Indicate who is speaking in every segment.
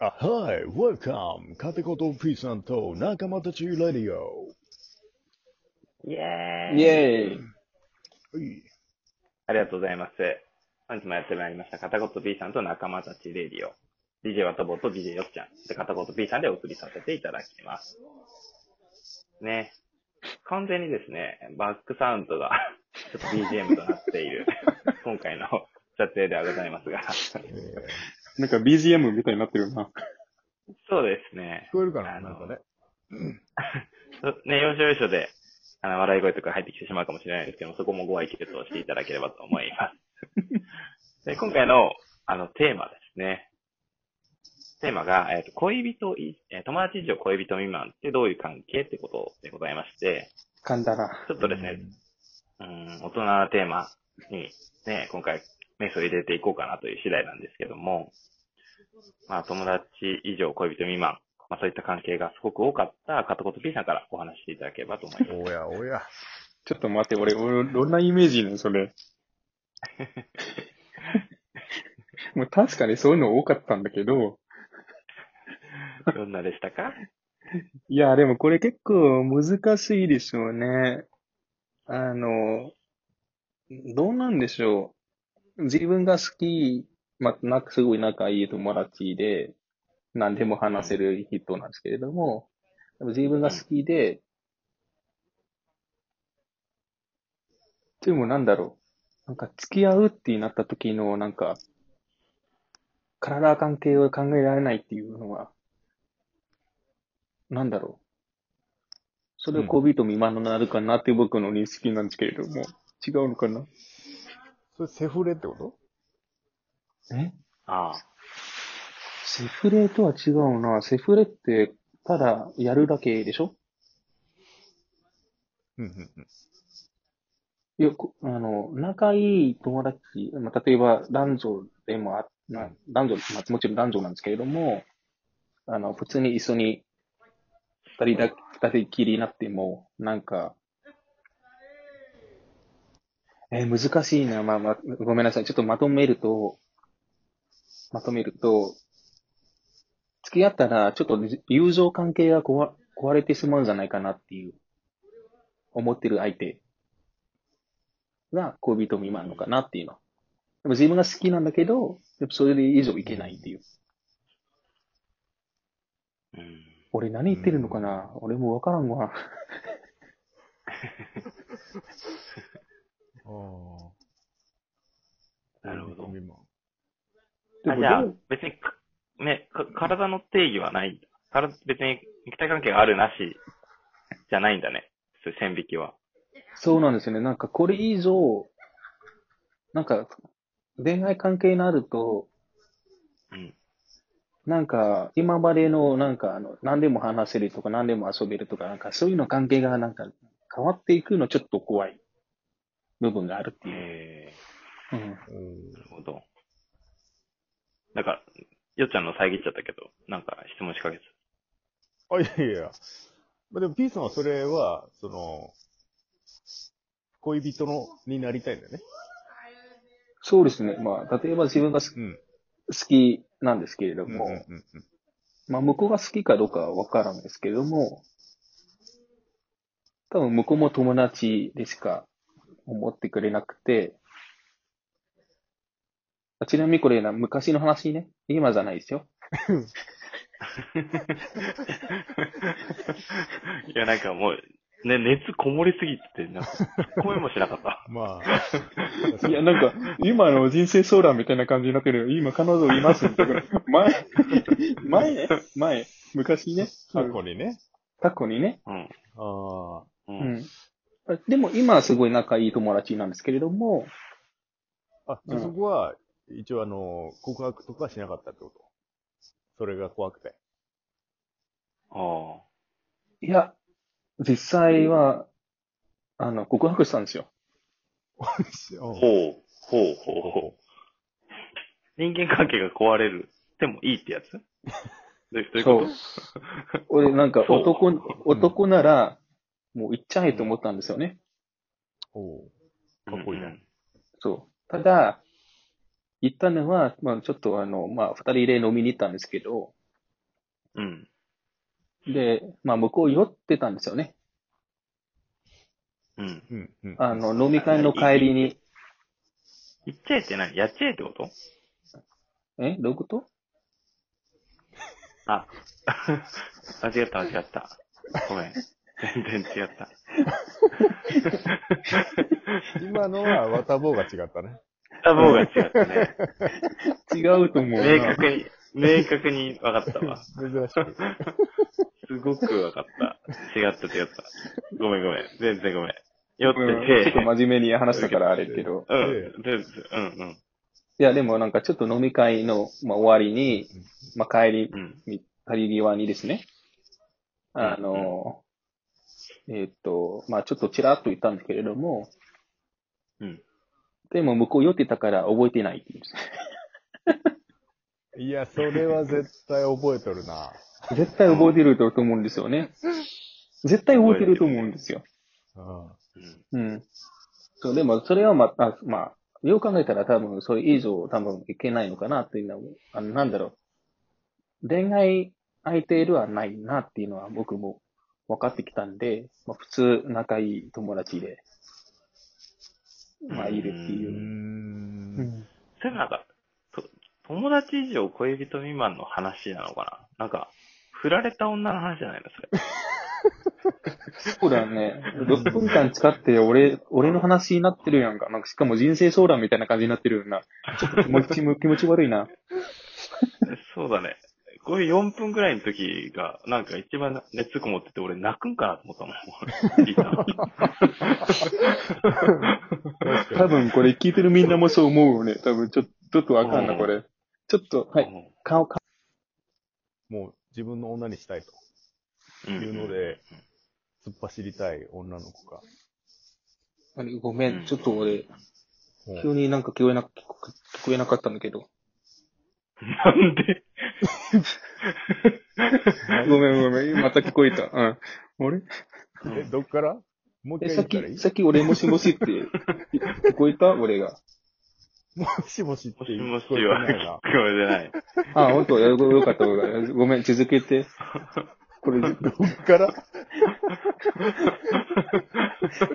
Speaker 1: あ、はい、welcome! カテコとフィーさんと仲間たちレディオ。
Speaker 2: イエーイ
Speaker 3: イエーイ。
Speaker 1: はい
Speaker 2: ありがとうございます。本日もやってまいりました、片言 B さんと仲間たちレディオ。DJ ワトボと DJ よっちゃん。で、片言 B さんでお送りさせていただきます。ね。完全にですね、バックサウンドが、ちょっと BGM となっている、今回の撮影ではございますが。
Speaker 1: えー
Speaker 3: なんか BGM みたいになってるな。
Speaker 2: そうですね
Speaker 1: 聞。こえるかな
Speaker 2: あ
Speaker 1: な
Speaker 2: の
Speaker 1: んかね。
Speaker 2: そうね、要所要所で、あの、笑い声とか入ってきてしまうかもしれないですけども、そこもご愛嬌としていただければと思い ます。で今回の、あの、テーマですね。テーマが、えっ、と、恋人い、えー友達以上恋人未満ってどういう関係ってことでございまして、
Speaker 3: 噛んだな。
Speaker 2: ちょっとですね、うん、大人なテーマに、ね、今回、メスを入れていこうかなという次第なんですけども、まあ、友達以上恋人未満、まあ、そういった関係がすごく多かった片言 P さんからお話していただければと思います。
Speaker 1: おやおや。
Speaker 3: ちょっと待って、俺、俺、どんなイメージね、それ。 もう確かにそういうの多かったんだけど、
Speaker 2: どんなでしたか
Speaker 3: いや、でもこれ結構難しいでしょうね。あの、どうなんでしょう。自分が好き、まあ、なんかすごい仲いい友達で、何でも話せる人なんですけれども、でも自分が好きで、でもなんだろう。なんか付き合うってなった時の、なんか、体関係を考えられないっていうのは、なんだろう。それを恋人未満になるかなっていう僕の認識なんですけれども、違うのかな
Speaker 1: それセフレってこと
Speaker 3: え
Speaker 2: ああ。
Speaker 3: セフレとは違うな。セフレって、ただやるだけでしょ
Speaker 1: うんうんうん。
Speaker 3: いや、こあの、仲いい友達、まあ、例えば男女でもあ、まあ、男女、まあ、もちろん男女なんですけれども、あの、普通に一緒に二人だ、二人きりになっても、なんか、えー難しいな。まあまあ、ごめんなさい。ちょっとまとめると、まとめると、付き合ったら、ちょっと友情関係が壊壊れてしまうんじゃないかなっていう、思ってる相手。が恋人未満のかなっていうの。でも自分が好きなんだけど、やっぱそれで以上いけないっていう。
Speaker 2: うん。
Speaker 3: 俺何言ってるのかな、俺もわからんわ。
Speaker 1: ああ。
Speaker 2: なるほど
Speaker 1: 恋人未満
Speaker 2: あじゃあ
Speaker 3: でも、
Speaker 2: 別にか、ね、か体の定義はないんだ。から別に肉体関係があるなしじゃないんだね。そういう線引きは。
Speaker 3: そうなんですよね。なんかこれ以上、なんか恋愛関係になると、
Speaker 2: うん。
Speaker 3: なんか今までのなんかあの何でも話せるとか何でも遊べるとか、なんかそういうの関係がなんか変わっていくのちょっと怖い部分があるっていう。
Speaker 2: え
Speaker 3: うん
Speaker 2: ー、なるほど。なんか、よっちゃんの遮っちゃったけど、なんか質問仕掛けて
Speaker 1: あ、いやいや。まあ、でも P さんはそれは、その、恋人のになりたいんだよね。
Speaker 3: そうですね。まあ、例えば自分が好き
Speaker 1: うん。
Speaker 3: 好きなんですけれど
Speaker 1: うん
Speaker 3: も、
Speaker 1: うんうんうん。
Speaker 3: まあ、向こうが好きかどうかはわからんですけれども、多分向こうも友達でしか思ってくれなくて、あちなみにこれな、昔の話ね。今じゃないですよ。
Speaker 2: る。いや、なんかもう、ね、熱こもりすぎてて、なんか、声もしなか った。
Speaker 1: ま あ。
Speaker 3: いや、なんか、今の人生相談みたいな感じになってる。今、彼女いますみたいな。前、前ね。前。昔ね。
Speaker 1: 過去にね。
Speaker 3: 過去にね。
Speaker 2: うん。
Speaker 1: ああ。
Speaker 2: う。
Speaker 3: うんん。でも、今はすごい仲いい友達なんですけれども、
Speaker 1: あ、じゃあ
Speaker 3: うん
Speaker 1: そこは、一応あの、告白とかしなかったってことそれが怖くて。
Speaker 2: あ
Speaker 3: いや、実際は、あの、告白したんですよ。
Speaker 2: あ。ほう、ほう、ほう、ほう。人間関係が壊れる。でもいいってやつどういうどういうこと
Speaker 3: 俺、なんか
Speaker 2: そう
Speaker 3: 男
Speaker 2: うん、
Speaker 3: 男なら、もう行っちゃえと思ったんですよね。
Speaker 1: ほう。かっこいいね。
Speaker 3: そう。ただ、行ったのは、まあ、ちょっとあの、まあ、二人で飲みに行ったんですけど、
Speaker 2: うん。
Speaker 3: で、まあ僕を酔ってたんですよね。
Speaker 2: うん。
Speaker 1: うん、うん。
Speaker 3: あの、飲み会の帰りに。
Speaker 2: 言っちゃえって何やっちゃえってこと
Speaker 3: えどういうこと
Speaker 2: あ、間違った間違った。ごめん。全然違った。
Speaker 1: 今のは、わたぼうが違ったね。
Speaker 2: あ、棒が違ったね。
Speaker 3: 違うと思う
Speaker 2: 明
Speaker 3: な。
Speaker 2: 確に、明確に分かったわ。
Speaker 1: 珍しく。
Speaker 2: すごく分かった。違った違った。ごめんごめん。全然ごめん。酔って
Speaker 3: ちょ
Speaker 2: て
Speaker 3: っと。真面目に話したからあれけど。
Speaker 2: う
Speaker 1: 真面
Speaker 2: ん。全然、うん
Speaker 3: いや、でもなんかちょっと飲み会の、まあ、終わりに、まあ、帰り
Speaker 2: うん。うん。
Speaker 3: 帰り際にですね、あの、えーっと、まあちょっとちらっと言ったんですけれども、
Speaker 2: うん。
Speaker 3: でも向こう酔ってたから覚えてないって言うんですね。
Speaker 1: いや、それは絶対覚えとるな。
Speaker 3: 絶対覚えてると思うんですよね。絶対覚えてると思うんですよ。
Speaker 1: うん。
Speaker 2: うん
Speaker 3: うん。そう、でもそれはまあ、まあ、よう考えたら多分それ以上多分いけないのかなっていうのは、あの、なんだろう。恋愛相手ではないなっていうのは僕も分かってきたんで、まあ普通仲いい友達で、まあいるって
Speaker 1: うー。
Speaker 3: いう。うんん
Speaker 2: それなんか、と友達以上恋人未満の話なのかななんか、振られた女の話じゃないのそれ。
Speaker 3: そうだよね。6分間使って俺、俺の話になってるやんか。なんかしかも人生相談みたいな感じになってるような。ちょっと気持ちも、気持ち悪いな。
Speaker 2: そうだね。こういう4分くらいの時が、なんか一番熱こもってて、俺泣くんかなと思ったもん。聞いたのに
Speaker 3: 多分これ聞いてるみんなもそう思うよね。多分ちょちょっとわかんな、これ。ちょっと、はい。顔、顔。
Speaker 1: もう自分の女にしたい
Speaker 2: う
Speaker 1: と
Speaker 2: ん
Speaker 1: いうので、突っ走りたい女の子が。
Speaker 3: ごめん、ちょっと俺、
Speaker 1: ほ
Speaker 3: 急
Speaker 1: う
Speaker 3: になんか聞こえな、聞こ聞こえなかったんだけど。
Speaker 2: なんで
Speaker 3: ごめんごめん、また聞こえた。うん。あれ
Speaker 1: え、どっからもう
Speaker 3: え、
Speaker 1: 一
Speaker 3: さ
Speaker 1: 回
Speaker 3: っ
Speaker 1: 言ったらい
Speaker 3: き、
Speaker 1: い
Speaker 3: さっき俺もしもし って、聞こえた俺が。
Speaker 1: もしもしって
Speaker 2: もし
Speaker 1: 言
Speaker 2: も
Speaker 1: う
Speaker 2: し
Speaker 1: こえて
Speaker 2: は
Speaker 1: な
Speaker 2: 聞
Speaker 1: いな
Speaker 2: こ。えてない。
Speaker 3: あ、本当よよかった。よかったごめん、続けて。これ、
Speaker 1: どっから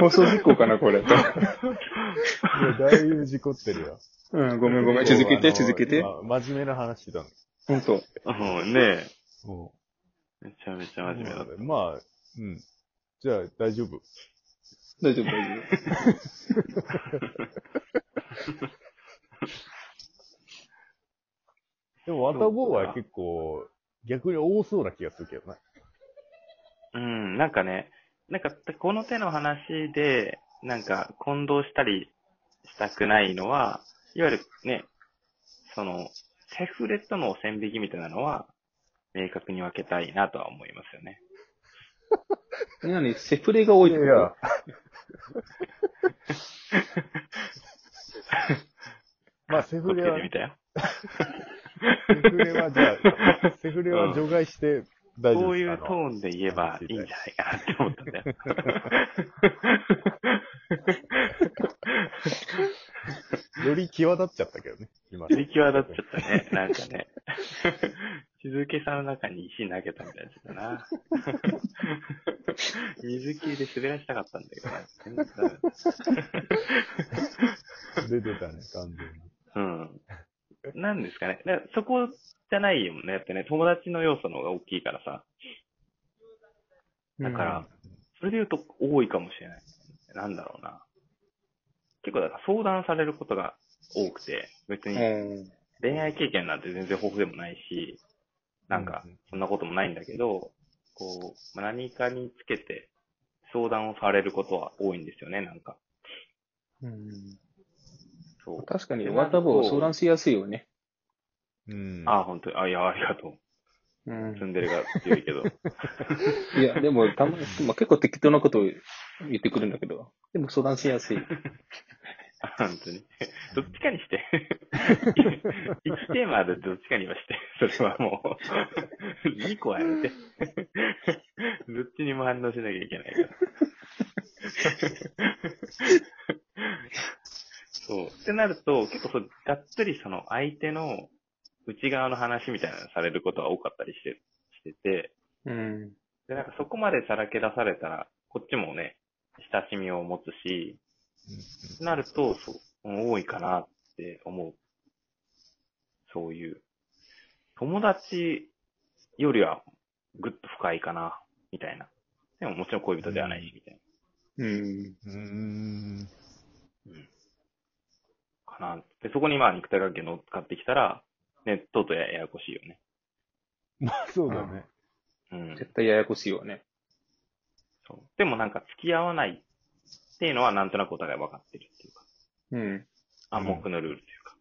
Speaker 3: 放送事故かな、これ。
Speaker 1: いやだいぶ事故ってるよ。
Speaker 3: うん、ごめんごめん、続けて、
Speaker 1: あの
Speaker 3: 続けて。
Speaker 1: 今真面目な話してたの。
Speaker 3: 本当
Speaker 2: う
Speaker 1: う
Speaker 2: ん、ね
Speaker 1: ん
Speaker 2: え。めちゃめちゃ真面目だった。
Speaker 1: まあ、うん。じゃあ、大丈夫。
Speaker 3: 大丈夫、大丈夫。
Speaker 1: でも、ワタボーは結構、逆に多そうな気がするけどね。
Speaker 2: うん、なんかね、なんかこの手の話で、なんか混同したりしたくないのは、いわゆるね、その、セフレとの線引きみたいなのは、明確に分けたいなとは思いますよね。
Speaker 3: 何セフレが多いってこと
Speaker 1: まあ、セフレ
Speaker 2: こっち
Speaker 1: は
Speaker 2: で見、たよ。
Speaker 1: セフレは、じゃあ、 セフレは除外して大丈夫
Speaker 2: こういうト
Speaker 1: あの
Speaker 2: ーンで言えばいいんじゃないかなって思ったんだよ。
Speaker 1: より際立っちゃったけどね、今。
Speaker 2: 振り際立っちゃったね。なんかね。静けさの中に石投げたみたいなやつだな。 水切りで滑らしたかったんだけどな全然ダメだ。
Speaker 1: 出てたね、完全に。
Speaker 2: うん。なんですかね。だからそこじゃないよね。やっぱね、友達の要素の方が大きいからさ。だから、それで言うと多いかもしれない。なんだろうな。結構だから相談されることが多くて、別
Speaker 3: う
Speaker 2: に
Speaker 3: ん。
Speaker 2: 恋愛経験なんて全然豊富でもないし、なんか
Speaker 1: うんうん、
Speaker 2: そんなこともないんだけど、こう、まあ何かにつけて相談をされることは多いんですよね、なんか。
Speaker 3: うん
Speaker 2: そう。
Speaker 3: 確かに、ワタボー相談しやすいよね。
Speaker 1: うん。
Speaker 2: ああ、本当に。あ、いや、ありがとう。
Speaker 3: うん
Speaker 2: ツンデレが強いけど。
Speaker 3: いや、でも、 たま、まあ、結構適当なことを言ってくるんだけど、でも相談しやすい。
Speaker 2: 本当に。どっちかにして。1テーマでどっちかにはして。それはもう、2個はやめて。どっちにも反応しなきゃいけないから。そう。ってなると、結構そう、がっつりその相手の内側の話みたいなのされることが多かったりして、ししてて、
Speaker 3: うん。
Speaker 2: で、なんかそこまでさらけ出されたら、こっちもね、親しみを持つし、なると、そう、多いかなって思う。そういう。友達よりはぐっと深いかな、みたいな。でももちろん恋人ではないし、みたい
Speaker 3: うん。
Speaker 1: うん。うん。
Speaker 2: な。かな。で、そこにまあ肉体関係乗っかってきたら、ね、とうとうやややこしいよね。
Speaker 1: まあ、そうだね。
Speaker 2: うん。
Speaker 3: 絶対ややこしいわね。
Speaker 2: そう。でもなんか付き合わないっていうのはなんとなくお互い分かってるっていうか。
Speaker 3: うん。
Speaker 2: 暗黙のルールというか。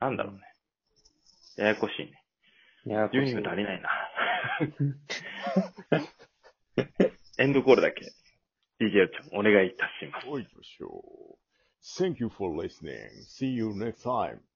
Speaker 2: なんだろうね。ややこしいね。
Speaker 3: ややこ
Speaker 2: 12
Speaker 3: しい
Speaker 2: 分。足りないな。 エンドコールだけ。DJ よちゃん、お願いいたします。
Speaker 1: おいしょ。Thank you for listening. See you next time.